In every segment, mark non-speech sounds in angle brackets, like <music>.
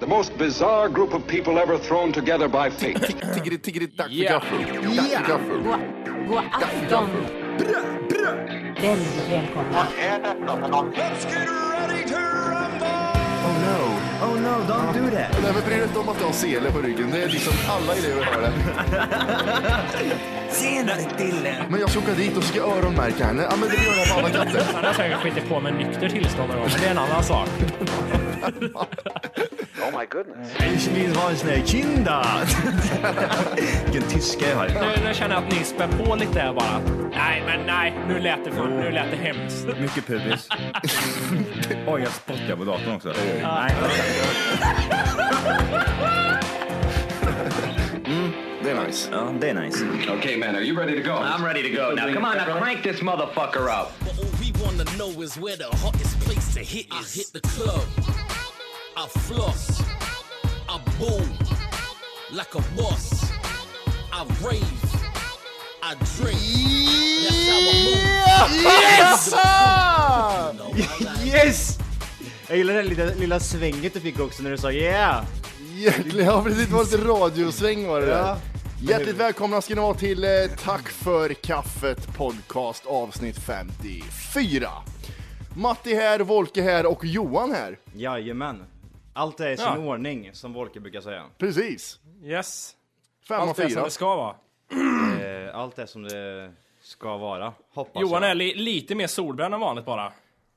The most bizarre group of people ever thrown together by fate. Tiggeri, tiggeri, dack för Yeah. gaffel. Dack för gaffel. God, god afton. Väldigt välkomna. Oh no, oh no, don't do that. Nej, men bry dig inte om att jag har sele på ryggen. Det är liksom alla elever har det. Senare Dille. Men jag ska åka dit och ska öronmärka henne. Ja, men det gör jag på alla katter. Han har säkert skitit på med nykter tillstånd någon gång, men det är en annan sak. Ich vill ha en sån här kinda. Vilken tyska jag har. Nu, nu känner jag att ni spär på lite här bara. Nej, men nej, nu lät det, fan, nu lät det hemskt. Mycket pubis. Oj, jag spottar på datorn också. Det är nice. Ja, det är nice. okay, man, are you ready to go? I'm ready to go. Now, come on, now crank this motherfucker up. But all we wanna know is where the hottest place to hit is. I hit the club. I floss. I boom. Like a boss. I rave. I drink. <laughs> That's how I move. No, I like Yes! Jag gillar det lilla, lilla svänget du fick också när du sa yeah! Egentligen, ja precis. Det var lite radiosväng var det där. Hjärtligt välkomna ska ni vara till eh, Tack för kaffet podcast avsnitt 54. Matti här, Volke här och Johan här. Jajamän. Allt är i sin Ja. ordning, som Volke brukar säga. Precis. Yes, Fem av allt är som fyra. det ska vara. Eh, Allt är som det ska vara, hoppas Johan jag. är li- lite mer solbränd än vanligt bara.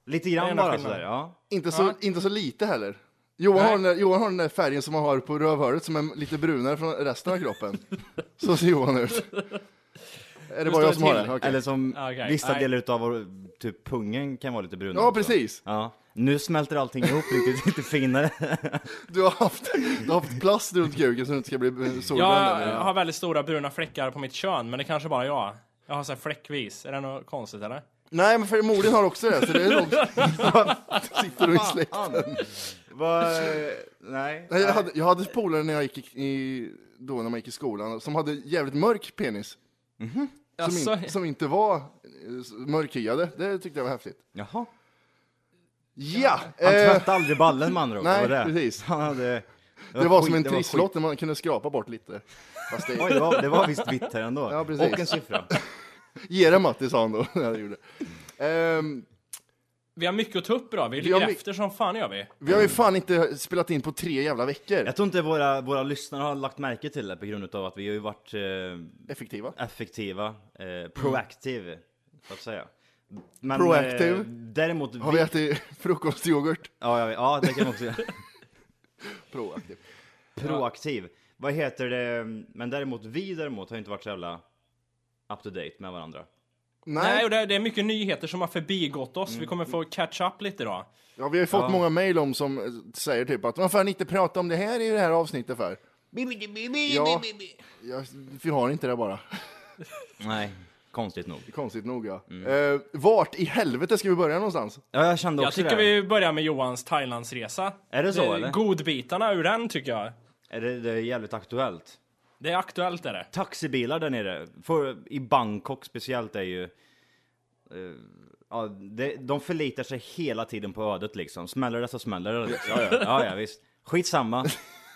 Lite Det är grann ena bara skillnaden. sådär, ja. Inte så, inte så lite heller. Johan har, den där, Johan har den där färgen som man har på rövhålet som är lite brunare från resten av <laughs> kroppen. Så ser Johan ut. Är det bara jag står det som har till? den? Okej. Eller som Ah, Okej, vissa nej. delar utav vår- typ pungen kan vara lite brunare Ja, också. precis. Ja. Nu smälter allting ihop riktigt, lite <laughs> finare. Du har haft, du har haft plast runt kuken så du inte ska bli eh, solbränd. Jag eller? har väldigt stora bruna fläckar på mitt kön, men det kanske bara jag. Jag har så här fläckvis. Är det något konstigt eller? Nej, men förmodligen har också det. Så det är nog... <laughs> Sitter du i släkten? Vad... eh, Nej. Nej, jag hade, jag hade polare när jag gick i, i, då när man gick i skolan som hade jävligt mörk penis. Som, Alltså, in, som inte var eh, mörkhyade. Det tyckte jag var häftigt. Jaha. Ja! Han eh, tvättade aldrig ballen med andra ord, nej, det var det. precis. Han hade... Det var som skit- en det skit- trisslott där man kunde skrapa bort lite. Fast Oj, det, det var, det var visst vitt här ändå. Ja, precis. Och en siffra. ge det Matti sa han då. <laughs> när jag gjorde. Ehm, vi har mycket att ta upp idag. Vi har ligger my- efter som fan gör vi. vi har ju fan inte spelat in på tre jävla veckor. Jag tror inte våra, våra lyssnare har lagt märke till det på grund av att vi har ju varit eh, Effektiva. effektiva, eh, proactive, så att säga. Men, Mm. Proactive? Eh, däremot... Har vi ätit frukostyoghurt? Ja, ja, ja, det kan man också <laughs> <laughs> göra. Proaktiv. Proaktiv. Vad heter det? Men däremot, vi däremot har ju inte varit så jävla up to date med varandra. Nej, Nej, och det, det är mycket nyheter som har förbigått oss. Vi kommer få catch up lite idag. ja, vi har ju fått många mejl om som eh, säger typ att varför har ni inte pratat om det här i det här avsnittet för? Ja, jag, vi har inte det bara. <laughs> Nej. Konstigt nog. Konstigt nog ja. Eh, vart i helvete ska vi börja någonstans? Mm. Ja, jag kände Jag också tycker det. vi börjar med Johans Thailandsresa. Är det så, eller? Godbitarna ur den tycker jag. Är det, det är jävligt aktuellt. Det är aktuellt är det. taxibilar där nere, för, i Bangkok speciellt är ju... eh, ja, det, de förlitar sig hela tiden på ödet liksom. Smäller det så smäller det. Liksom. Ja, ja, ja, ja, visst. Skitsamma.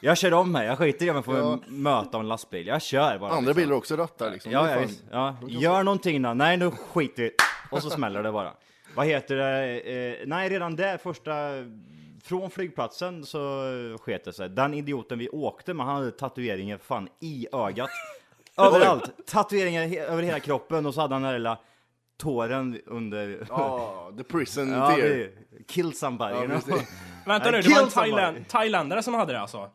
Jag kör om här, jag skiter i om jag får Ja. möta en lastbil. Jag kör bara. Andra liksom. bilar också rattar liksom. Det Ja, är ja, fan- visst. ja. Gör någonting då. Nej, nu skiter vi Och så smäller det bara. Vad heter det? Eh, nej, redan där första... Från flygplatsen så eh, sket det sig. Den idioten vi åkte med, han hade tatueringar fan i <laughs> ögat. Överallt. Tatueringar he- över hela kroppen och så hade han den där lilla tåren under... Ja, the prison <laughs> Ja, tear. det- kill somebody. you know? precis. Vänta nu, det Nej, var en kill somebody. thailänd, thailändare som hade det alltså? <laughs>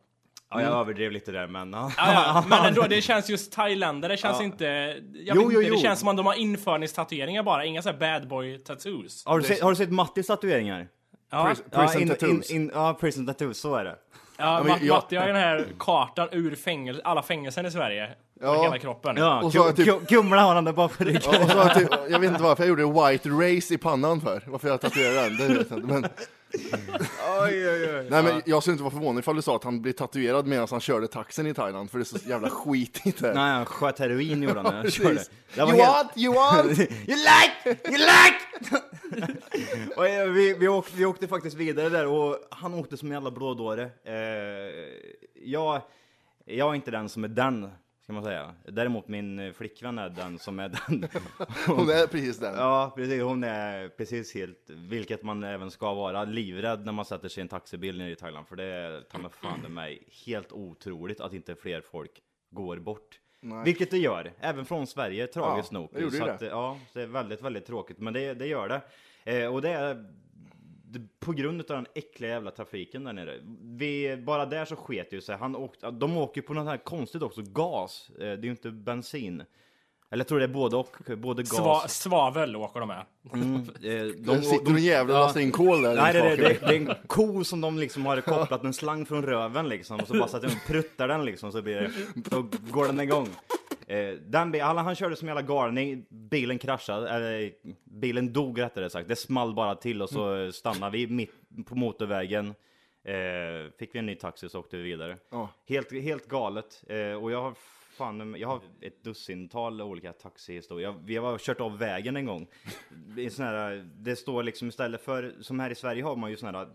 ja, jag överdrev lite där men... Ja. Ja, ja. Men ändå, det känns just thailändare, det känns inte... Jag Jo, vet jo, inte, det jo. känns som att de har införningstatueringar bara, inga så här bad boy tattoos. Har, du sett, har du sett Mattis tatueringar? Ja, Prison Ja, in- tattoos. In, in, ja, prison tattoos, så är det. ja, men Matt, jag- Matti har ju den här kartan ur fängel, alla fängelser i Sverige. På Ja. hela kroppen. Ja, Och och så har jag typ- Kumla har han <laughs> där bara på ryggen. <laughs> Ja, och så har jag, typ, jag vet inte varför jag gjorde white race i pannan för. Varför jag tatuerade den, det vet jag inte. Men Oj, oj, oj. Nej men jag skulle inte vara förvånad ifall du sa att han blev tatuerad medan han körde taxen i Thailand, för det är så jävla skitigt där. Nej, han sköt heroin gjorde <laughs> han när han Precis. körde. Det var You helt- want? Alltså, <laughs> You <laughs> want? you like! You like! <laughs> och, eh, vi, vi, åkte, vi åkte faktiskt vidare där och han åkte som en jävla blådåre. Eh, jag, jag är inte den som är den, ska man säga. Däremot min eh, flickvän är den som är den. Hon är precis den. Ja, precis. Hon är precis helt, vilket man även ska vara, livrädd när man sätter sig i en taxibil nere i Thailand. För det är ta mig fan i mig helt otroligt att inte fler folk går bort. Vilket det gör, även från Sverige, tragiskt Ja, nog. det gjorde så ju att, eh, det. ja, så det är väldigt, väldigt tråkigt, men det, det gör det. Eh, och det är det- på grund av den äckliga jävla trafiken där nere. Vi, bara där så sket det ju sig. Han åkte, de åker ju på något här konstigt också, gas. Eh, Det är ju inte bensin. Eller jag tror det är både och, både gas. Sva, svavel åker de med. Eh, De, sitter en jävla och lastar in kol där. Nej, det, det, i det, smaken. det är en ko som de liksom har kopplat en slang från röven liksom och så bara satte de pruttar den liksom så blir det, då går den igång. Eh, den, bi- alla, han körde som en jävla galning, bilen kraschade, eller bilen dog rättare sagt. Det small bara till och så eh, stannade vi mitt på motorvägen. Eh, fick vi en ny taxi så åkte vi vidare. Ja. Helt, helt galet. Eh, och jag har fan, jag har ett dussintal olika taxihistorier. Jag- Vi har kört av vägen en gång. Det är sån här, det står liksom istället för, som här i Sverige har man ju sån här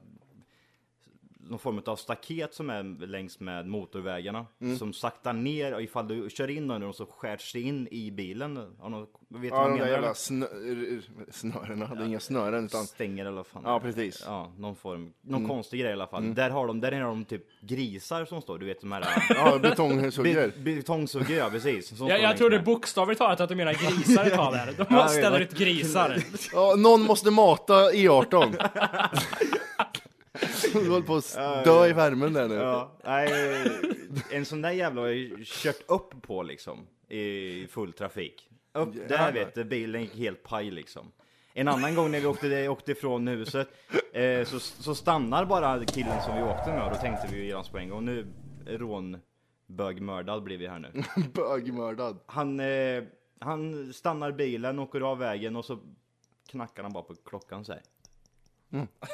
någon form av staket som är längs med motorvägarna Mm. som saktar ner och ifall du kör in under dem så skärs det in i bilen. Har någon, vet du Ja, vad jag de där menar? jävla eller? snö, r- r- snörena. Det är inga snören utan... Stänger eller vad fan Ja, precis. Mm. Ja, någon form, någon konstig grej i alla fall. Där har de, där har de typ grisar som står, du vet de här Ja, betongsuggor. Be- Betongsuggor ja, precis. Som Jag, står jag längst tror det är med. bokstavligt talat att du menar grisar i tal <laughs> här. De Ja, ja, jag ställer vet. ut grisar. <laughs> Ja, någon måste mata E <laughs> E18. Du håller på att dö i värmen där nu. Ja, nej, en sån där jävla har jag ju kört upp på liksom i full trafik. Upp där vet du, bilen gick helt paj liksom. En annan gång när vi åkte, åkte ifrån huset eh, så, så stannar bara killen som vi åkte med och då tänkte vi ju genast på en gång nu rånbögmördad blir vi här nu. <laughs> Bögmördad. Han, eh, han stannar bilen, åker av vägen och så knackar han bara på klockan så här.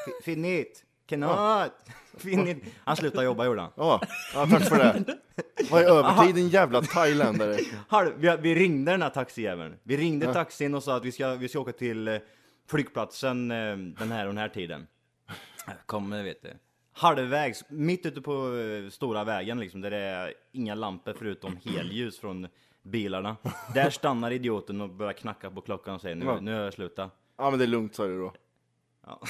Fi- Finit! Cannot! Finit! Han slutar jobba gjorde han. Ja, ja, tack för det. <laughs> Vad är övertid din jävla <laughs> thailändare? Halv, vi, vi ringde den här taxijäveln. Vi ringde taxin och sa att vi ska, vi ska åka till eh, flygplatsen eh, den här och den här tiden. Kommer eh, vet du. Halvvägs, mitt ute på eh, stora vägen liksom, där det är inga lampor <clears throat> förutom helljus från bilarna. Där stannar idioten och börjar knacka på klockan och säger nu, Ja. nu har jag slutat. Ja men det är lugnt sa du då. Ja.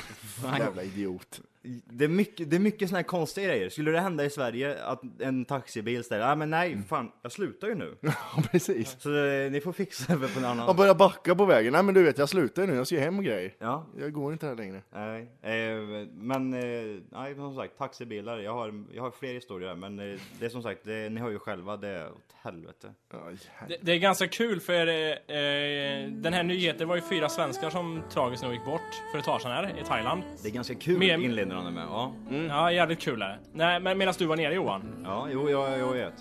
Jävla idiot. Det är mycket, det är mycket såna här konstiga grejer. Skulle det hända i Sverige att en taxibil ställer, ah, men nej fan, jag slutar ju nu. <laughs> Ja precis. Så eh, ni får fixa det på en annan. Han börjar backa på vägen. Nej men du vet jag slutar ju nu, jag ska ju hem och grejer. Ja, Jag går inte här längre. nej. Eh, men eh, nej, som sagt, taxibilar. Jag har, jag har fler historier, men eh, det är som sagt, det, ni hör ju själva, det är åt helvete. Ja, jävlar. Det, det är ganska kul för eh, eh, den här nyheten, det var ju fyra svenskar som tragiskt nog gick bort för ett tag sedan här i Thailand. Det är ganska kul Men- inleder han med. Ja, Ja, jävligt kul är det. Nej, men medan du var nere Johan. ja jo, jag, jag vet.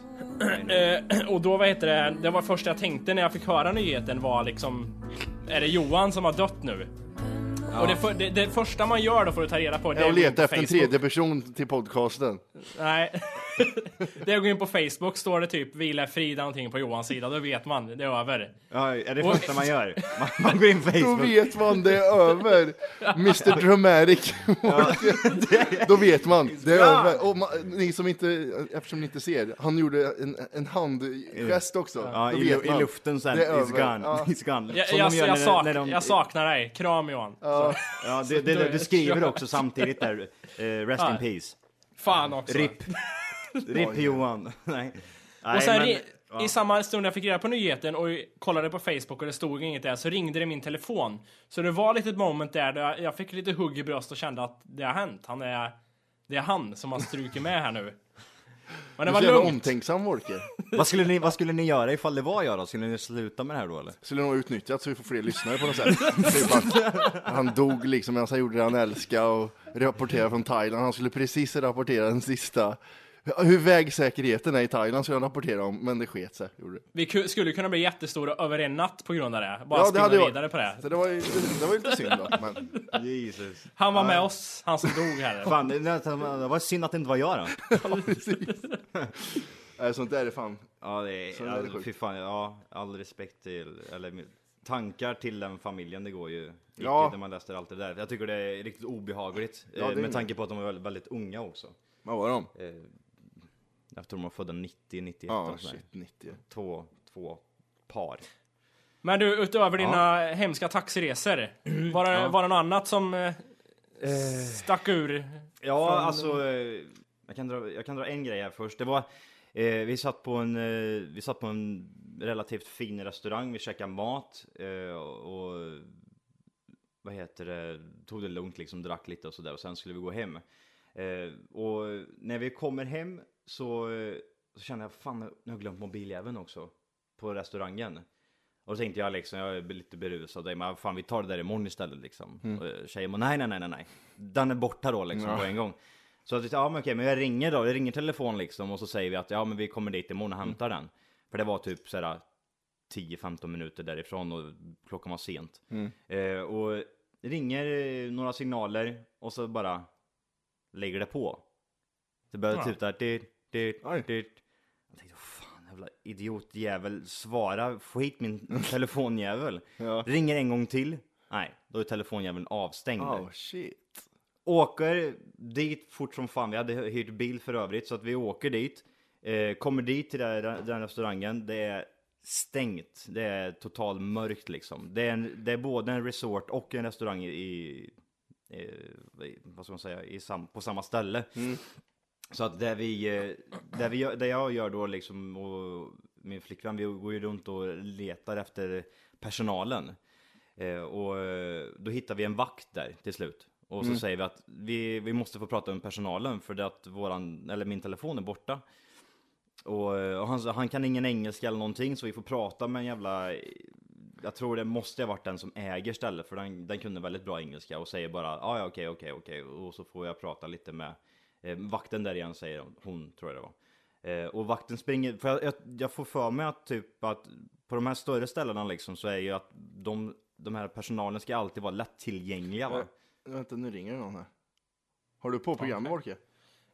Eh, <clears throat> och då, vad heter det, det var första jag tänkte när jag fick höra nyheten var liksom, är det Johan som har dött nu? Och det, för, det, det första man gör då för att ta reda på det är Jag att gå in på letar efter en Facebook. tredje person till podcasten. Nej. <laughs> det jag går in på Facebook står det typ vila är Frida någonting på Johans sida, då vet man, det är över. Ja, är det Och- första man gör? Man, man går in på Då Facebook. vet man det är över. Mr Dramatic. Då vet man, det är över. Och ma- ni som inte, eftersom ni inte ser, han gjorde en, en handgest också. Ja, Då i, lu- vet man. i luften sen, Det är it's över. gone, Ja. it's gone. Jag, Som jag, de gör jag, när- sak, när de- jag saknar dig, kram Johan. Ja, det, det, det, du skriver också samtidigt där, eh, rest in Ja. peace. Fan också. RIP. RIP Johan. <laughs> Nej. Nej, Och sen men- ri- i samma stund jag fick reda på nyheten och kollade på Facebook och det stod inget där så ringde det min telefon. Så det var ett litet moment där, där jag- jag fick lite hugg i bröst och kände att det har hänt. Han är, det är han som har strukit med här nu. Men det Du var är så jävla lugnt. omtänksam Wolke. Vad skulle, ni, vad skulle ni göra ifall det var jag då? Skulle ni sluta med det här då eller? Skulle nog utnyttjat så vi får fler lyssnare på något sätt. typ att han dog liksom medan han gjorde det han älskade och rapporterade från Thailand. Han skulle precis rapportera den sista hur vägsäkerheten är i Thailand skulle han rapportera om, men det sket sig. Gjorde det. Vi ku- skulle kunna bli jättestora över en natt på grund av det. Bara Ja, det spinna hade jag- vidare på det. Så det var ju det var ju lite synd då. Men, Jesus. Han var med oss, han som <laughs> dog här. Fan, det, det var synd att det inte var jag då. ja, precis. Nej, sånt där är fan. Ja, det är, Så det är all, sjukt. fy fan, ja, all respekt till, eller min- tankar till den familjen, det går ju Ja. ja. när man läser allt det där. Jag tycker det är riktigt obehagligt, det eh, är med det. tanke på att de var väldigt, väldigt unga också. Vad var de? Eh, jag tror de var födda 90, 91 Ja, och sådär. shit, 90. Två, två par. Men du, utöver dina hemska taxiresor, Mm. var det, var det något annat som eh, stack ur? Ja, alltså, eh, jag kan, dra, jag kan dra en grej här först. Det var, eh, vi, satt på en, eh, vi satt på en relativt fin restaurang, vi käkade mat eh, och, och vad heter det, tog det lugnt liksom, drack lite och sådär och sen skulle vi gå hem. Eh, och när vi kommer hem så, eh, så kände jag, fan nu har jag glömt mobiljäveln också på restaurangen. Och då tänkte jag liksom, jag är lite berusad, men fan vi tar det där imorgon istället liksom. Och eh, tjejen bara, nej nej nej nej nej. Den är borta då liksom på en gång. Så att, vi sa, ja men okej, men jag ringer då, jag ringer telefon liksom och så säger vi att ja men vi kommer dit imorgon och hämtar den. För det var typ sådär 10-15 minuter därifrån och klockan var sent. Mm. Eh, och ringer eh, några signaler och så bara lägger det på. Det börjar Ja. tuta, dit, dit, Oj. dit. Jag tänkte, fan jävla idiotjävel, svara, få <laughs> hit min telefonjävel. Ja. Ringer en gång till. Nej, då är telefonjäveln avstängd. Oh shit. Åker dit fort som fan, vi hade hyrt bil för övrigt så att vi åker dit. Eh, kommer dit till den, den restaurangen, det är stängt, det är totalt mörkt liksom. Det är, en, det är både en resort och en restaurang i, i, i vad ska man säga, i sam, på samma ställe. Så att där vi, eh, där vi, gör- där jag gör då liksom och min flickvän, vi går ju runt och letar efter personalen. Eh, och eh, då hittar vi en vakt där till slut. Och så säger vi att vi, vi måste få prata med personalen för det att våran, eller min telefon är borta. Och, eh, och han, sa, han kan ingen engelska eller någonting så vi får prata med en jävla jag tror det måste ha varit den som äger stället för den, den kunde väldigt bra engelska och säger bara "Ah, ja okej okej okej och så får jag prata lite med eh, vakten där igen säger hon, hon tror jag det var. Eh, och vakten springer, för jag, jag, jag får för mig att typ att på de här större ställena liksom så är ju att de, de här personalen ska alltid vara lättillgängliga va? Vänta, nu ringer det någon här. Har du på programmet, Orke?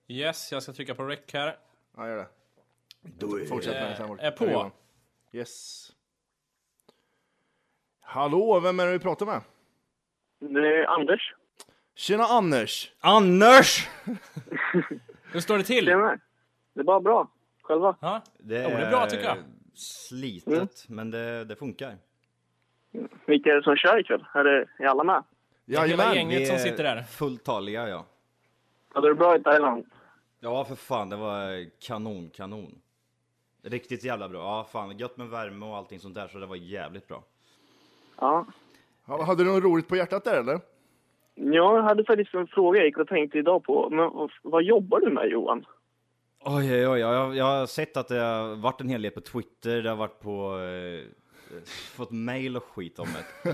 Yes, jag ska trycka på rec här. Ja, gör det. Fortsätt med det sen, Orke. Är på. Hör Johan. Yes. Hallå, vem är det vi pratar med? Det är Anders. Tjena Anders! Anders! Hur står det till? Tjena. Det är bara bra. Själva? Ja? Jo, det är bra, tycker jag. Slitet, men det, det funkar. Vilka är det som kör ikväll? Är, det, är alla med? Hela Jajamän! gänget Vi som är sitter där. Fulltaliga ja. Hade du bra i Thailand? Ja för fan, det var kanon, kanon. Riktigt jävla bra. Ja fan, gött med värme och allting sånt där så det var jävligt bra. Ja. Ha- Hade du något roligt på hjärtat där eller? Jag hade faktiskt en fråga jag gick och tänkte idag på. Men vad- vad jobbar du med Johan? Oj, oj, oj. Jag, jag har sett att det har varit en hel del på Twitter, det har varit på... Eh, fått mail och skit om <laughs> det.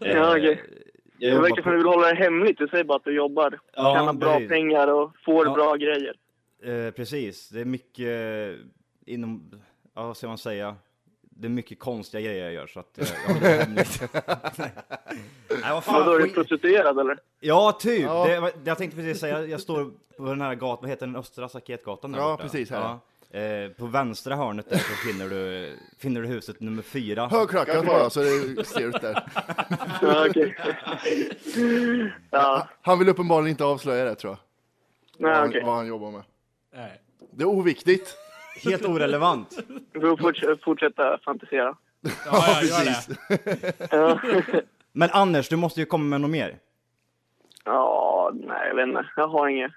Eh, Ja, okej. Jag Det jobbar verkar som att du vill hålla det hemligt. Du säger bara att du jobbar. Ja, tjänar bra precis. pengar och får Ja. bra grejer. på, eh, precis. Det är mycket eh, inom... Ja, vad ska man säga? Det är mycket konstiga grejer jag gör så att eh, <laughs> jag håller det hemligt. <laughs> Nej, vad Vadå, fan. är du skit- prostituerad <laughs> eller? Ja, typ! Ja. Det, var- jag tänkte precis säga, jag står på den här gatan, vad heter den? Östra Staketgatan där Ja, borta. precis, här. Ja. Eh, på vänstra hörnet där så finner du, finner du huset nummer fyra. Högklackat bara så det ser ut <laughs> där. Ja, okej. ja, Han vill uppenbarligen inte avslöja det tror jag. Vad nej han, okej. vad han jobbar med. Nej. Det är oviktigt. Helt orelevant. Vi får forts- fortsätta fantisera. Ja, jag gör det. Ja. Men Anders, du måste ju komma med något mer. ja, nej jag vet inte. Jag har inget.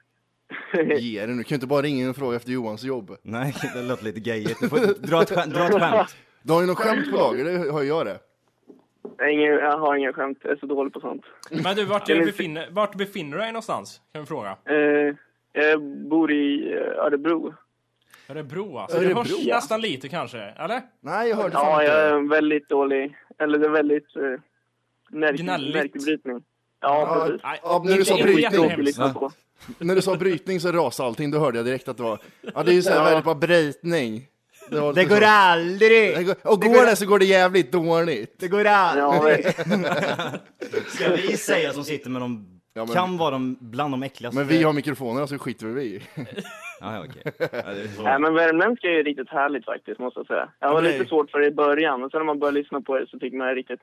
<laughs> Ge dig nu, kan ju inte bara ringa in och fråga efter Johans jobb. Nej, det låter lite gejigt. Du får dra ett skämt. Dra ett skämt. Du har ju något skämt på lager, det har ju jag det. Jag har ingen- Jag har inga skämt. Jag är så dålig på sånt. Men du, vart, du befinner, vart befinner du dig någonstans? Kan vi fråga. Eh, jag bor i eh, Örebro. Örebro alltså. Det Örebro, hörs ja. nästan lite kanske, eller? Nej, jag hörde fan Ja, inte. jag är en väldigt dålig, eller det är väldigt eh, märk, Gnälligt. märkbrytning. Ja, precis. ja, när, du sa Inte jätteroligt att brytning, lyssna på. när du sa brytning så rasade allting, då hörde jag direkt att det var... Ja, det är ju såhär Ja. väldigt bra brytning. Det, var Det lite går så. aldrig! Det går- Och går det så går det jävligt dåligt. Det går Ja, aldrig! det- Ska vi säga som sitter med de... Ja, men- kan vara de, bland de äckligaste. Men vi har mikrofonerna så skiter vi i. Ja, ja, okej. Ja, det är så. Nej, men värmländska är ju riktigt härligt faktiskt, måste jag säga. Jag var men det- lite svårt för det i början, men sen när man började lyssna på det så tycker man det är riktigt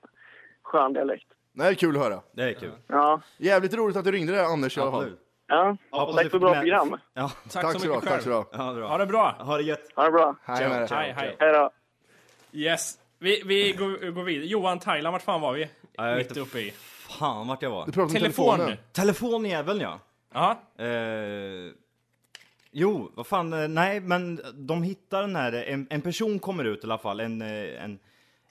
skön dialekt. Det här är kul att höra. Det är kul. Ja, Jävligt roligt att du ringde där Anders i alla fall. Absolut. ja. Hoppas tack du för fick bra med- program. Ja, Tack, Tack så så bra, mycket tack så själv. bra. ja bra. Ha det bra. Ha det gött. Ha det bra. Hej med dig. Hej, hej. Hej då. Yes. Vi, vi går, går vidare. Johan, Thailand, vart fan var vi? jag vet Mitt inte. uppe i. Fan vart jag var. Du pratar om Telefon. telefonen. Telefonjäveln ja. Ja. Eh, jo, vad fan, eh, nej men de hittar den här, en, en person kommer ut i alla fall, en, eh, en,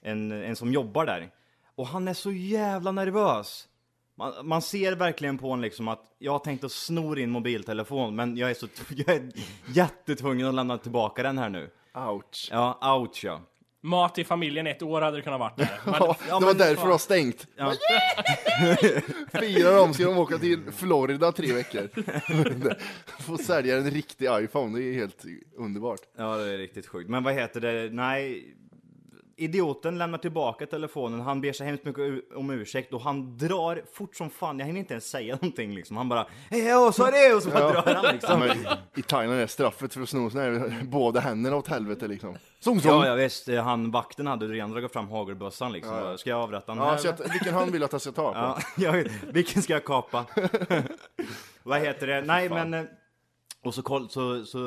en, en som jobbar där. Och han är så jävla nervös. Man, man ser verkligen på honom liksom att jag har tänkt att sno din mobiltelefon men jag är, så, <laughs> jag är jättetvungen att lämna tillbaka den här nu. Ouch. Ja, ouch ja. Mat i familjen ett år hade det kunnat <laughs> varit där. Men, det var därför det var stängt. <laughs> Ja. Firar de ska de åka till Florida tre <laughs> veckor. Få sälja en riktig iPhone, det är helt underbart. Ja, det är riktigt sjukt. Men vad heter det? Nej, idioten lämnar tillbaka telefonen. Han ber sig hemskt mycket u- om ursäkt och han drar fort som fan. Jag hinner inte ens säga någonting liksom. Han bara hej, åh, sorry! Och så bara drar han liksom. Men I Thailand är straffet för att sno såna här, båda händerna åt helvete liksom. Sång, sång. Ja, ja visst. eh, Han vakten hade redan dragit fram hagelbössan liksom. Bara, Ska jag avrätta honom Ja, här? så att, vilken hand vill du att jag ska ta på? Ja, <laughs> jag vet. Vilken ska jag kapa? <laughs> vad heter det? Nej, men... eh, Och så, koll, så, så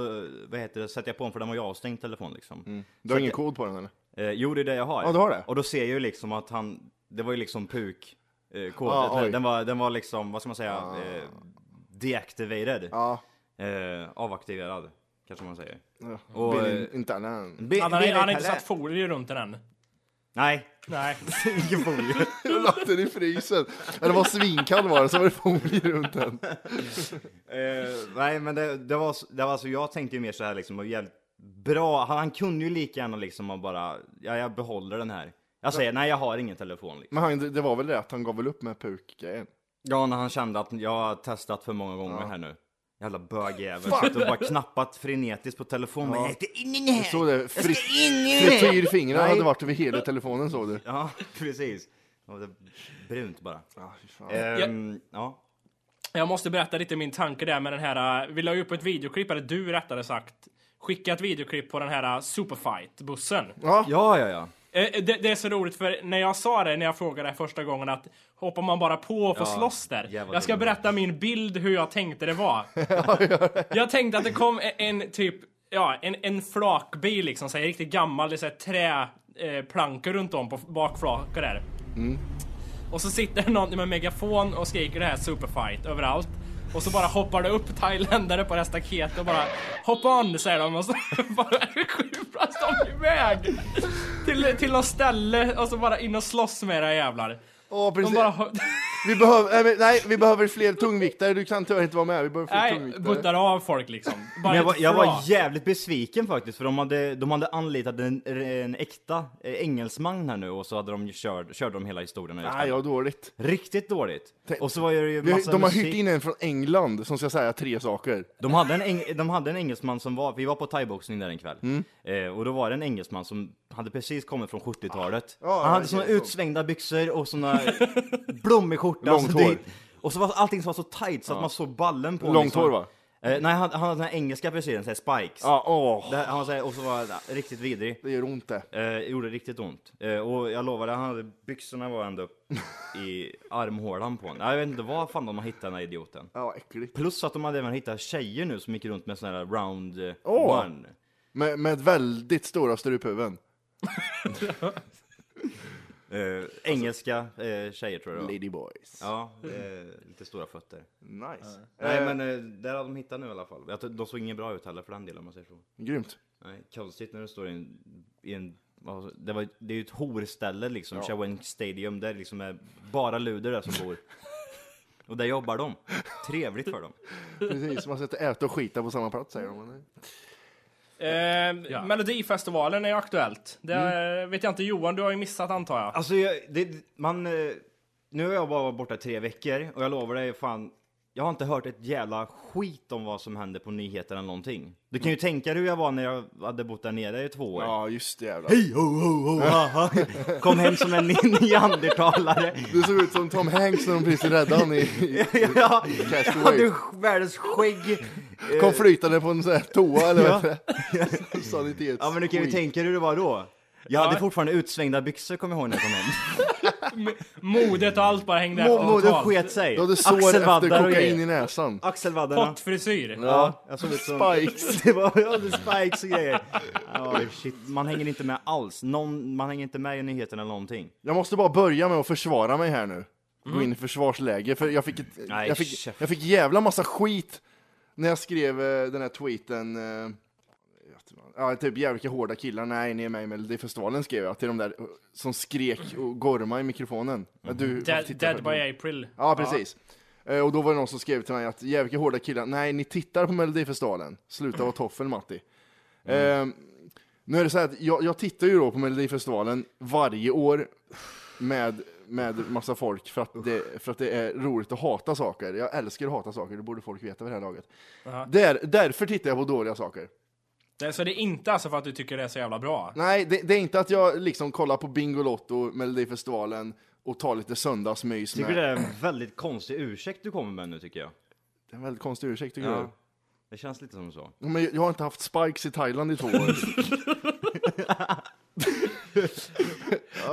vad heter det? sätter jag på den för den var ju avstängd telefon liksom. Du har ingen kod på den eller? Eh, jo, det är det jag har. Ja, du har det. Och då ser jag ju liksom att han, det var ju liksom puk eh, kodet. Ja, oj. Ah. den, var, den var liksom, vad ska man säga, eh, deactivated. Ja. Eh, avaktiverad, kanske man säger. Och, Och, eh, inte <laughs> annan. Be- han har be- han har inte Pelle. satt folie runt den än. Nej. <laughs> Nej. Ingen folie. Lagt den i frysen. Eller det var svinkall var det, så var det folie runt den. Eh, nej, men det, det, var, s- det var alltså, jag tänkte ju mer så här liksom, och jävligt bra, han, han kunde ju lika gärna liksom och bara, ja jag behåller den här. Jag säger, nej jag har ingen telefon. Liksom. Men han, det var väl det att han gav väl upp med pukgrejen? Ja, när han kände att jag har testat för många gånger här nu. Jävla bögjävel. Suttit och bara knappat frenetiskt på telefonen. Ja. Jag ska in i den här! Så det, jag ska fri- in i den här! frityrfingrar Nej. hade varit över hela telefonen såg du. Ja, <laughs> precis. Ja, det är brunt bara. Ah, fy fan. Ehm, ja. Jag måste berätta lite min tanke där med den här. eh, Vi la ju upp ett videoklipp, eller du rättare sagt. Skicka ett videoklipp på den här eh, Superfight-bussen. Ja, ja, ja. Eh, Det, det är så roligt för när jag sa det, när jag frågade det första gången att hoppar man bara på och får Ja, slåss där? jävla Jag ska dumt. berätta min bild hur jag tänkte det <laughs> var. jag tänkte att det kom e- en typ, ja en, en flakbil liksom, så här, riktigt gammal, det är så här trä eh, plankor runt om på f- bakflakor där. Och så sitter <laughs> det någon med megafon och skriker det här superfight överallt. Och så bara hoppar det upp thailändare på det här staketet och bara Hoppa on säger de och så <laughs> bara skyfflas de iväg! Till, till något ställe och så bara in och slåss med era jävlar. Åh, De precis. bara ho- vi, behöver, nej, men- nej, vi behöver fler tungviktare, du kan tyvärr inte vara med. Vi behöver fler Nej, tungviktare. buttar av folk liksom. Bara Men jag var, lite jag var flak. jävligt besviken faktiskt för de hade, de hade anlitat en, en äkta eh, engelsman här nu och så hade de ju kört, körde de hela historien. här Nej, istället. jag dåligt. Riktigt dåligt. Och så var det ju Vi, massa de har musik. hyrt in en från England som ska säga tre saker. De hade, en eng- de hade en engelsman som var, vi var på thaiboxning där en kväll, Mm. eh, och då var det en engelsman som hade precis kommit från 70-talet. Ah, ja, han hade det såna är så. utsvängda byxor och såna <laughs> blommig skjorta. Långt så det- hår. Och så var allting var så tight så att man såg ballen på Långt hår, va? Eh, nej, han, han hade den här engelska frisyren, såhär spikes. Ja, åh. Det här, han var såhär, och så var det riktigt vidrig. Det gör ont det. Eh, gjorde riktigt ont. Eh, och jag lovar, han hade, byxorna var ända upp i armhålan på honom. Jag vet inte vad fan de har hittat den här idioten. Ja, äckligt. Plus att de hade även hittat tjejer nu som gick runt med sån här round eh, Åh! one. Med, med väldigt stora struphuvuden. Eh, engelska eh, tjejer tror jag det var. Ladyboys. Ja, eh, lite stora fötter. Nice. Nej men eh, där har de hittat nu i alla fall. Jag tror- De såg ingen bra ut heller för den delen om man säger så. Eh, Grymt. Nej, konstigt när du står i en... I en vad- det, var, det är ju ett horställe liksom, ja. Stadium, där liksom är bara luder där <laughs> som bor. Och där jobbar de. Trevligt för dem. Precis, man ska inte äta och skita på samma plats säger de. Ehm, Melodifestivalen är ju aktuellt. Det vet jag inte, Johan du har ju missat antar jag. Alltså, jag, det, man... eh, nu har jag bara varit borta i tre veckor och jag lovar dig fan, jag har inte hört ett jävla skit om vad som händer på nyheterna eller någonting. Du kan ju tänka dig hur jag var när jag hade bott där nere i två år. Ja, just det jävlar. Hej ho ho ho ha, ha. Kom hem som en neandertalare. Du såg ut som Tom Hanks när de precis räddade honom i, i <laughs> ja, jag Castaway. hade världens skägg. Kom flytande på en sån här toa eller Ja. vad heter det? <laughs> Sanitets- Ja men du kan ju skit. tänka dig hur det var då. Jag hade fortfarande utsvängda byxor kommer jag ihåg när jag kom hem. Modet och allt bara hängde Mo- Modet totalt. sket sig. Du hade sår efter Axelvaddar och kokain grejer. i näsan. Axelvaddarna. Pottfrisyr. Ja, jag såg ut som... Spikes. <laughs> Det var ja, det spikes och grejer. Ja, shit. Man hänger inte med alls. Någon, man hänger inte med i nyheterna eller någonting. Jag måste bara börja med att försvara mig här nu. Gå in i försvarsläge, för jag fick, ett, Nej, jag fick, chef. jag fick jävla massa skit när jag skrev eh, den här tweeten. eh, jag tror- Ja, typ jävla hårda killar, nej ni är med i Melodifestivalen skrev jag till de där eh, som skrek och gormade i mikrofonen. Ja, Du, varför Dead, tittar dead du? by April. Ja, precis. Eh, Och då var det någon som skrev till mig att jävligt hårda killar, nej ni tittar på Melodifestivalen, sluta vara toffel Matti. Mm. Eh, nu är det så här att jag, jag tittar ju då på Melodifestivalen varje år med, med massa folk för att, det, för att det är roligt att hata saker. Jag älskar att hata saker, det borde folk veta vid det här laget. Där, därför tittar jag på dåliga saker. Det, så det är inte alltså för att du tycker det är så jävla bra? Nej, det, det är inte att jag liksom kollar på Bingolotto, Melodifestivalen och tar lite söndagsmys Tycker med... det Det är en väldigt konstig ursäkt du kommer med nu tycker jag. är en väldigt konstig ursäkt tycker jag. Ja. Det känns lite som så. Ja, Men jag har inte haft spikes i Thailand i två år.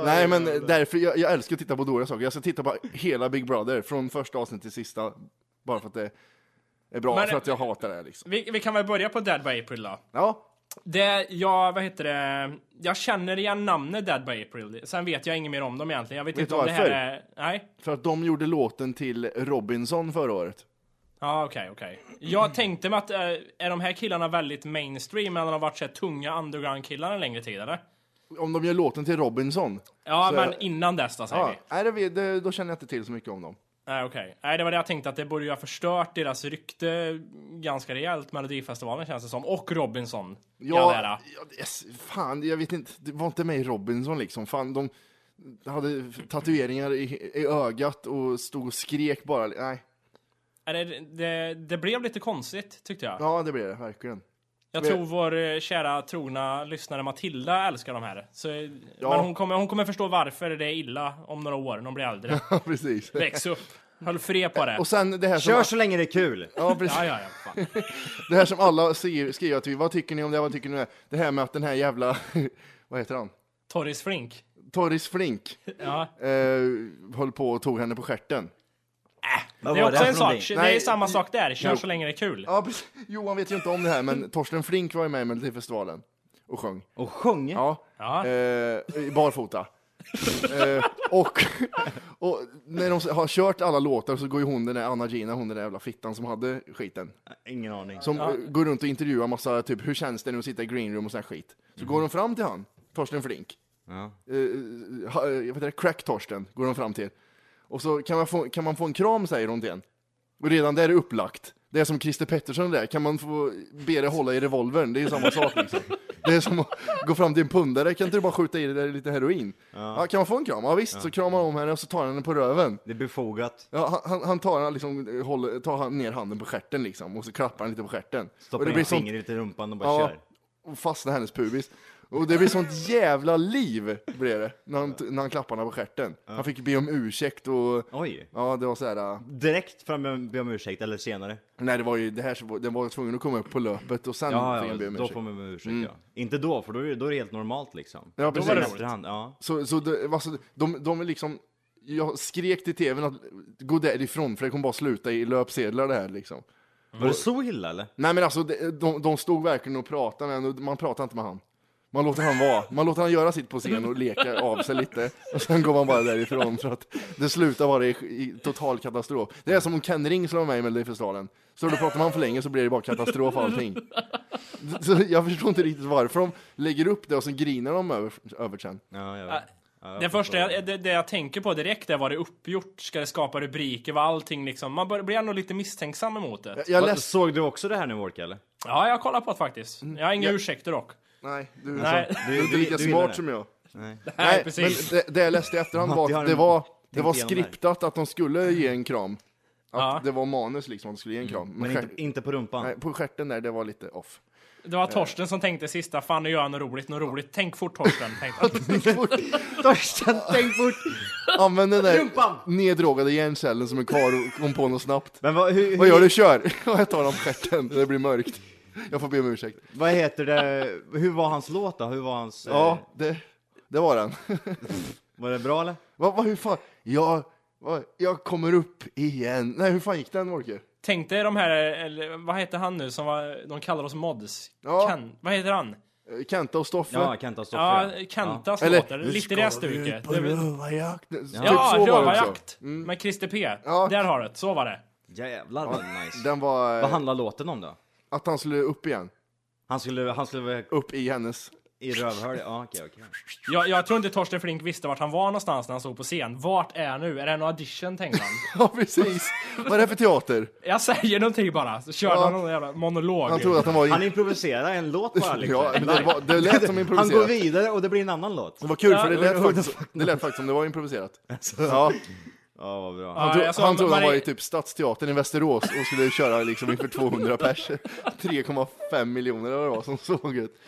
Nej men därför, jag, jag älskar att titta på dåliga saker. Jag ska titta på hela Big Brother, från första avsnittet till sista. Bara för att det är bra, Men- för att jag hatar det liksom. Vi, vi kan väl börja på Dead by April då? Ja, Det, jag, vad heter det? Jag känner igen namnet Dead by April. Sen vet jag inget mer om dem egentligen. Jag vet, Vet inte du om det här varför? är... Nej? för att de gjorde låten till Robinson förra året. Ja, okej, okej. Jag tänkte mig att, eh, är de här killarna väldigt mainstream? Eller har de varit så här tunga underground-killar en längre tid, eller? Om de gör låten till Robinson, Ja, Så- men innan dess då, säger ja, vi. nej, det, vet- det, då känner jag inte till så mycket om dem. Nej, okej. Nej, det var det jag tänkte, att det borde ju ha förstört deras rykte ganska rejält, Melodifestivalen känns det som. Och Robinson. Ja, kan ja, jag yes, fan, jag vet inte, det var inte med i Robinson liksom. Fan, de hade tatueringar i, i ögat och stod och skrek bara. Nej, lära. det, det, det blev lite konstigt, tyckte jag. ja det blev det verkligen. <laughs> Jag Men- tror vår eh, kära trogna lyssnare Matilda älskar de här. Så, eh, Ja. Men hon kommer, hon kommer förstå varför det är illa om några år när hon blir <laughs> äldre. Ja, precis. Väx upp. Håll fred på det. Och sen det här Kör som, så länge det är kul! ja, precis, Ja, ja, ja. Fan. det här som alla skriver, skriver till, vad tycker ni om det, vad tycker ni om det? Det här med att den här jävla, <laughs> vad heter han? Torris Frink. Torris Flink Ja. eh, höll på och tog henne på stjärten. Vad Det är var också för en sak. någonting? Det är Nej. samma sak där. Kör så länge det är kul. Ja, precis. Johan vet ju inte om det här, men Torsten Flink var ju med i Melodifestivalen och sjöng. Och sjung! Ja. Ja. Eh, i barfota. eh, och, och när de har kört alla låtar så går ju hon, den där Anna Gina, hon den där jävla fittan som hade skiten. Ingen aning. Som eh, går runt och intervjuar massa, typ hur känns det nu att sitta i greenroom och sån här skit. Så går de fram till han, Torsten Flink. Eh, ha- eh, jag vet inte, Crack-Torsten går de fram till. Och så kan man få, kan man få en kram säger hon till en. Och redan där är det upplagt. Det är som Christer Pettersson där, kan man få be dig hålla i revolvern? Det är ju samma sak liksom. Det är som att gå fram till en pundare, kan inte du bara skjuta i dig där lite heroin? Ja. kan man få en kram? Ja visst, så kramar han om henne och så tar han henne på röven. Det är befogat. Ja, han- han, han tar, han liksom, håller, tar han ner handen på stjärten liksom, och så klappar han lite på stjärten. och Stoppa det in blir sånt- fingret i rumpan och bara Ja. kör. och fastnar hennes pubis. Och det blir sånt jävla liv, blev det, när han, när han klappade henne på stjärten. Han fick be om ursäkt och... Oj! Ja, det var så här... äh, Direkt fram och be om ursäkt, eller senare. Nej, det var ju det här som var- den var tvungen att komma upp på löpet och sen Ja, fick han be ja om då ursäkt. får man be om ursäkt Mm. ja. Inte då, för då är, det- då är det helt normalt liksom. Ja, då precis. var det efterhand, ja. Så, så det, alltså, de, de är liksom... Jag skrek till tvn att gå därifrån för det kommer bara sluta i löpsedlar det här liksom. Var det så illa eller? Nej men alltså, de, de, de stod verkligen och pratade med henne och man pratar inte med han. Man låter han vara. Man låter han göra sitt på scen och leka av sig lite. Och sen går man bara därifrån för att det slutar vara i, i total katastrof. Det är som om Ken Ring slår med i Melodifestivalen. Så då pratar man för länge så blir det bara katastrof och allting. Så jag förstår inte riktigt varför de lägger upp det och sen grinar de över, över sen. Ja, jag vet. Ja, jag Det förstår. första jag, det, det jag tänker på direkt är vad det är uppgjort. Ska det skapa rubriker? Vad allting liksom. Man bör, blir ändå lite misstänksam emot det. Jag Vad- läste... Såg du också det här nu Wolke eller? Ja, jag har kollat på det faktiskt. Jag har inga Mm. Ja. ursäkter dock. Nej, du, Nej, Alltså, du är inte lika gillar smart det. som jag. nej, men precis. det, det jag läste i efterhand var Matti har att det en- var Det var igenom här. skriptat att de skulle ge en kram. Att Ja. det var manus liksom, att de skulle ge en kram. Men, Mm. Men stjärt, inte, inte på rumpan. nej, på stjärten där, det var lite off. Det Eh. var Torsten som tänkte sista, fan nu gör jag något roligt, något roligt. Tänk fort Torsten, <laughs> tänkte han. <laughs> Torsten, tänk fort! Använd den där Rumpan! neddrogade hjärncellen som är kvar och kom på något <laughs> snabbt. Men vad, hur, Vad hur, gör du? Kör! <laughs> Ja, jag tar den på stjärten, det blir mörkt. Jag får be om ursäkt. vad heter det, hur var hans låt då? Hur var hans, eh, Ja, det, det var den. <laughs> var det bra eller? Vad, vad, hur fan? Jag, vad, jag kommer upp igen. Nej, hur fan gick den Volker? Tänk dig de här, eller vad heter han nu som var, de kallar oss mods? Ja. Ken, vad heter han? Eh, Kenta och Stoffe? Ja, Kenta Stoffe. Ja, Kentas låtar, "Nu lite ska det här vi stuket. på Det är väl- rövarjakt. Typ Ja, så var det också. Mm. rövarjakt! Med Christer P. Ja. Där har det, så var det. Jävlar vad nice. Den var Vad eh, handlar låten om då? att han skulle upp igen. Han skulle, han skulle vara Upp i hennes. <laughs> i rövhålet? Ja, okej, okej. Jag, jag tror inte Torsten Flink visste vart han var någonstans när han stod på scen. Vart är jag nu? Är det en audition, <laughs> tänkte han. Ja, precis. Vad är det för teater? Jag säger någonting bara, så körde Ja. han någon jävla monolog. Han trodde att han var i... Han improviserar en låt bara liksom. Ja, men det, var, det lät som Han går improviserat. vidare och det blir en annan låt. Det var kul för det Ja, lät, what the faktiskt, det lät faktiskt som det var improviserat. Ja, Ja, vad bra. han, tro, jag sa han trodde han Marie- var i typ Stadsteatern i Västerås och skulle köra liksom inför 200 pers. <laughs> 3,5 miljoner eller vad det var som såg ut.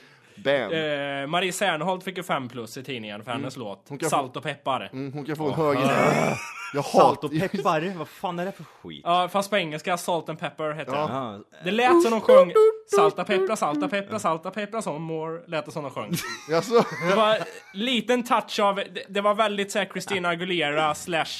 Bam! Eh, Marie Serneholt fick ju 5 plus i tidningen för hennes låt. kan få- Salt och peppar. Mm, Hon kan få en höger. Jag Ah. Salt hatar <laughs> och peppar, vad fan är det för skit? Ja, fast på engelska, Salt and Pepper heter den. Ja, Det lät som de sjöng Salta peppra, salta peppra, salta peppra som more lät det som de sjöng. Jaså? Det var liten touch av, det, det var väldigt såhär Christina Aguilera slash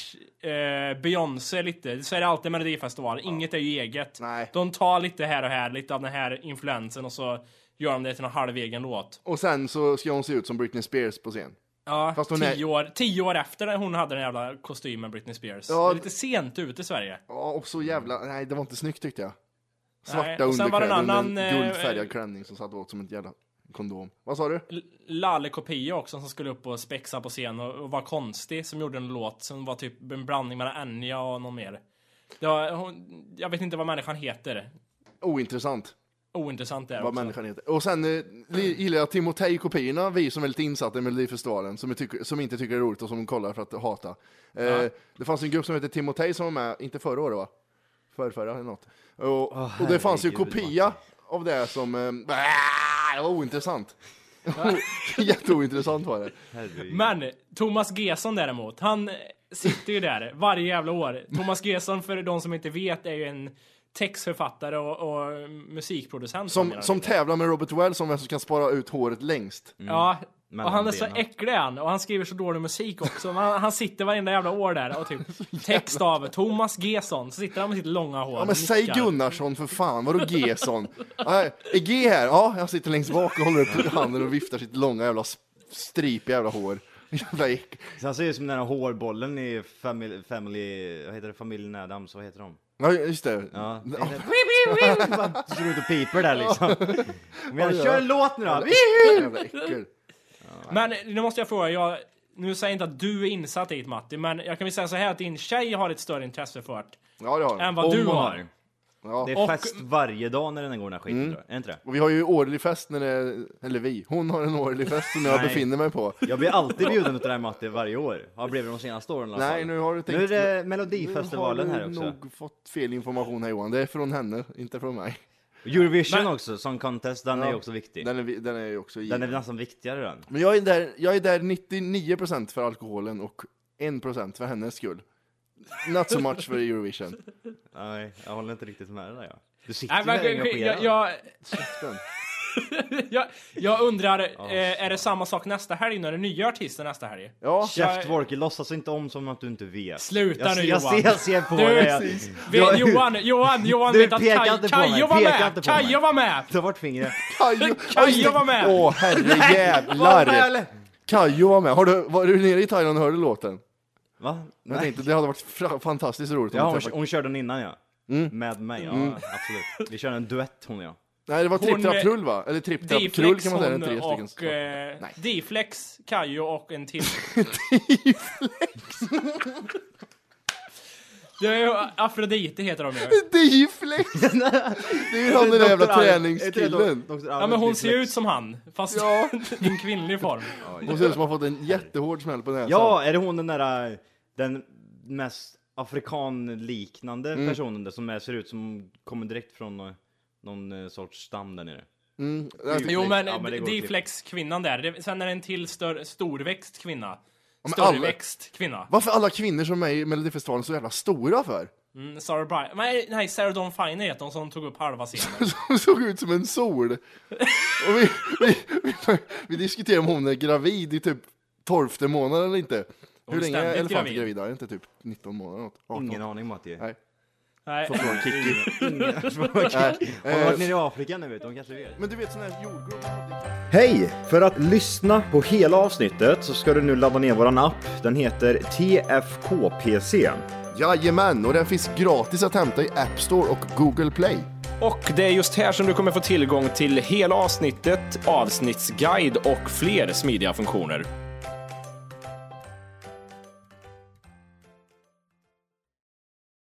eh, Beyoncé lite. Så är det alltid i Melodifestivalen, inget är ju eget. Nej. De tar lite här och här, lite av den här influensen och så gör de det till en halvegen låt. Och sen så ska hon se ut som Britney Spears på scen. Ja, Fast hon är- tio, år, tio år efter när hon hade den jävla kostymen Britney Spears. Ja, Det är lite sent ut i Sverige. Ja, och så jävla... Nej, det var inte snyggt tyckte jag. Nej, Svarta och sen var det en underkläder under en annan, eh, guldfärgad klänning som satt åt som ett jävla kondom. Vad sa du? L- Lalle-kopia också som skulle upp och spexa på scen och, och var konstig som gjorde en låt som var typ en blandning mellan Enya och någon mer. Det var, hon, jag vet inte vad människan heter. Ointressant Ointressant där vad också. människan heter. Och sen eh, li- gillar jag Timotej-kopiorna, vi som är lite insatta i Melodifestivalen, som, är tycker- som inte tycker det är roligt och som kollar för att hata. Eh, Det fanns en grupp som hette Timotej som var med, inte förra året va? Förrförra eller något. Och, och det fanns ju herregud, kopia av det som... Eh, <laughs> ah, det var ointressant. <laughs> Jätteointressant var det. Men Thomas Gesson däremot, han sitter ju där varje jävla år. Thomas Gesson, för de som inte vet, är ju en textförfattare och, och musikproducent. Som, menar som jag. tävlar med Robert Wells om vem som kan spara ut håret längst. Ja, och Mm. Mellan han är så benen. äcklig han, och han skriver så dålig musik också. Men han, han sitter varenda jävla år där och <laughs> typ text av Thomas Gesson, så sitter han med sitt långa hår Ja men och säg nickar. Gunnarsson för fan, vadå Gesson? Nej, Är G här? Ja, jag sitter längst bak och håller upp handen och viftar sitt långa jävla s- stripiga jävla hår. <laughs> Jävla äck. Så han ser ut som den här hårbollen i family, family vad heter det, familjen Adams, vad heter de? Ja just det. Ja. det är- Bara Slår ut och piper där liksom. <laughs> Men Ja. kör en låt nu då! Jävla äckel. Men nu måste jag fråga, jag, nu säger jag inte att du är insatt i det Matti, men jag kan väl säga så här att din tjej har ett större intresse för det Ja det har än han. vad Om du hon har. Ja. Mm. Det är Och- fest varje dag när den går den här skiten tror jag. Är det inte det? Och vi har ju årlig fest när det, eller vi, hon har en årlig fest som jag Nej. befinner mig på. Jag blir alltid bjuden utav den här Matti varje år. Har blivit de senaste åren i alla Nej fall. nu har du tänkt... Nu är det Nu Melodifestivalen har här du också. nog fått fel information här Johan, det är från henne, inte från mig. Eurovision Men- också, Song Contest, den är Ja. också viktig. Den, Den är, vi- den är ju också är given. nästan viktigare den. Men jag är där, jag är där 99% för alkoholen och 1% för hennes skull. Not so much för Eurovision. Nej, jag håller inte riktigt med dig där ja. Du sitter Nej, ju men, där jag, jag, engagerad. jag, Käften. jag, jag undrar, eh, är det samma sak nästa helg när det är nya artister nästa helg? Ja, Käft Wolke, låtsas inte om som att du inte vet. Sluta jag, nu, Johan. ser- Jag ser, jag ser på Du- dig. Jag- Vi, jag- Johan, Johan, Johan Du vet att pekar Kaj, inte på mig, Kajo var peka med! inte på mig. Kajo var med! <laughs> Ta bort fingret. Kajo, Kajo var med! Åh herrejävlar! Kajo var med. Har du, var du nere i Thailand och hörde låten? Va? Jag Nej. tänkte det hade varit fra- fantastiskt roligt om Ja, du hon, träffade- hon körde den innan ja. Mm. Med mig, ja absolut. Vi kör en duett hon och jag. Nej det var Hon- tripp-trapp-trull va? Eller tripp-trapp-trull Deflex kan man säga, hon den tre stycken. och... Eh, Deflex, Kajo och en till. Det är ju Afrodite heter de ju. Deflex! <laughs> Det är ju han den där jävla Dr. Al- är träningskillen. det Dr. Ja Albert men hon Deflex? ser ut som han, fast Ja. <laughs> i en kvinnlig form. Hon ser ut som har fått en jättehård smäll på näsan. Ja, är det hon den där... eh, den mest afrikanliknande Mm. personen där som är, ser ut som kommer direkt från eh, någon eh, sorts stam där nere. Mm. Jo men, Ja, men det går att D-flex-kvinnan där, det, sen är det en till stör, storväxt kvinna. men alla- Störväxt kvinna. Varför är alla kvinnor som är med i Melodifestivalen så jävla stora för? Mm, Sarah Bryan. Nej, nej, Sarah Dawn Finer heter hon som tog upp <laughs> halva scenen. Hon såg ut som en sol. Och vi, vi, vi, vi diskuterar om hon är gravid i typ tolfte månaden eller inte. är Hur länge är ständigt elefanter gravid. gravida? Är det inte typ 19 månader? eller Något? 18? Ingen aning Matti. Nej. nej. Får fråga Kikki. Hon har varit Eh, nere i Afrika nu vet du, hon kanske vet. Eh, Men du vet sån här jordgubb. Hej! För att lyssna på hela avsnittet så ska du nu ladda ner våran app. Den heter TFKPC. Jajamän, och den finns gratis att hämta i App Store och Google Play. Och det är just här som du kommer få tillgång till hela avsnittet, avsnittsguide och fler smidiga funktioner.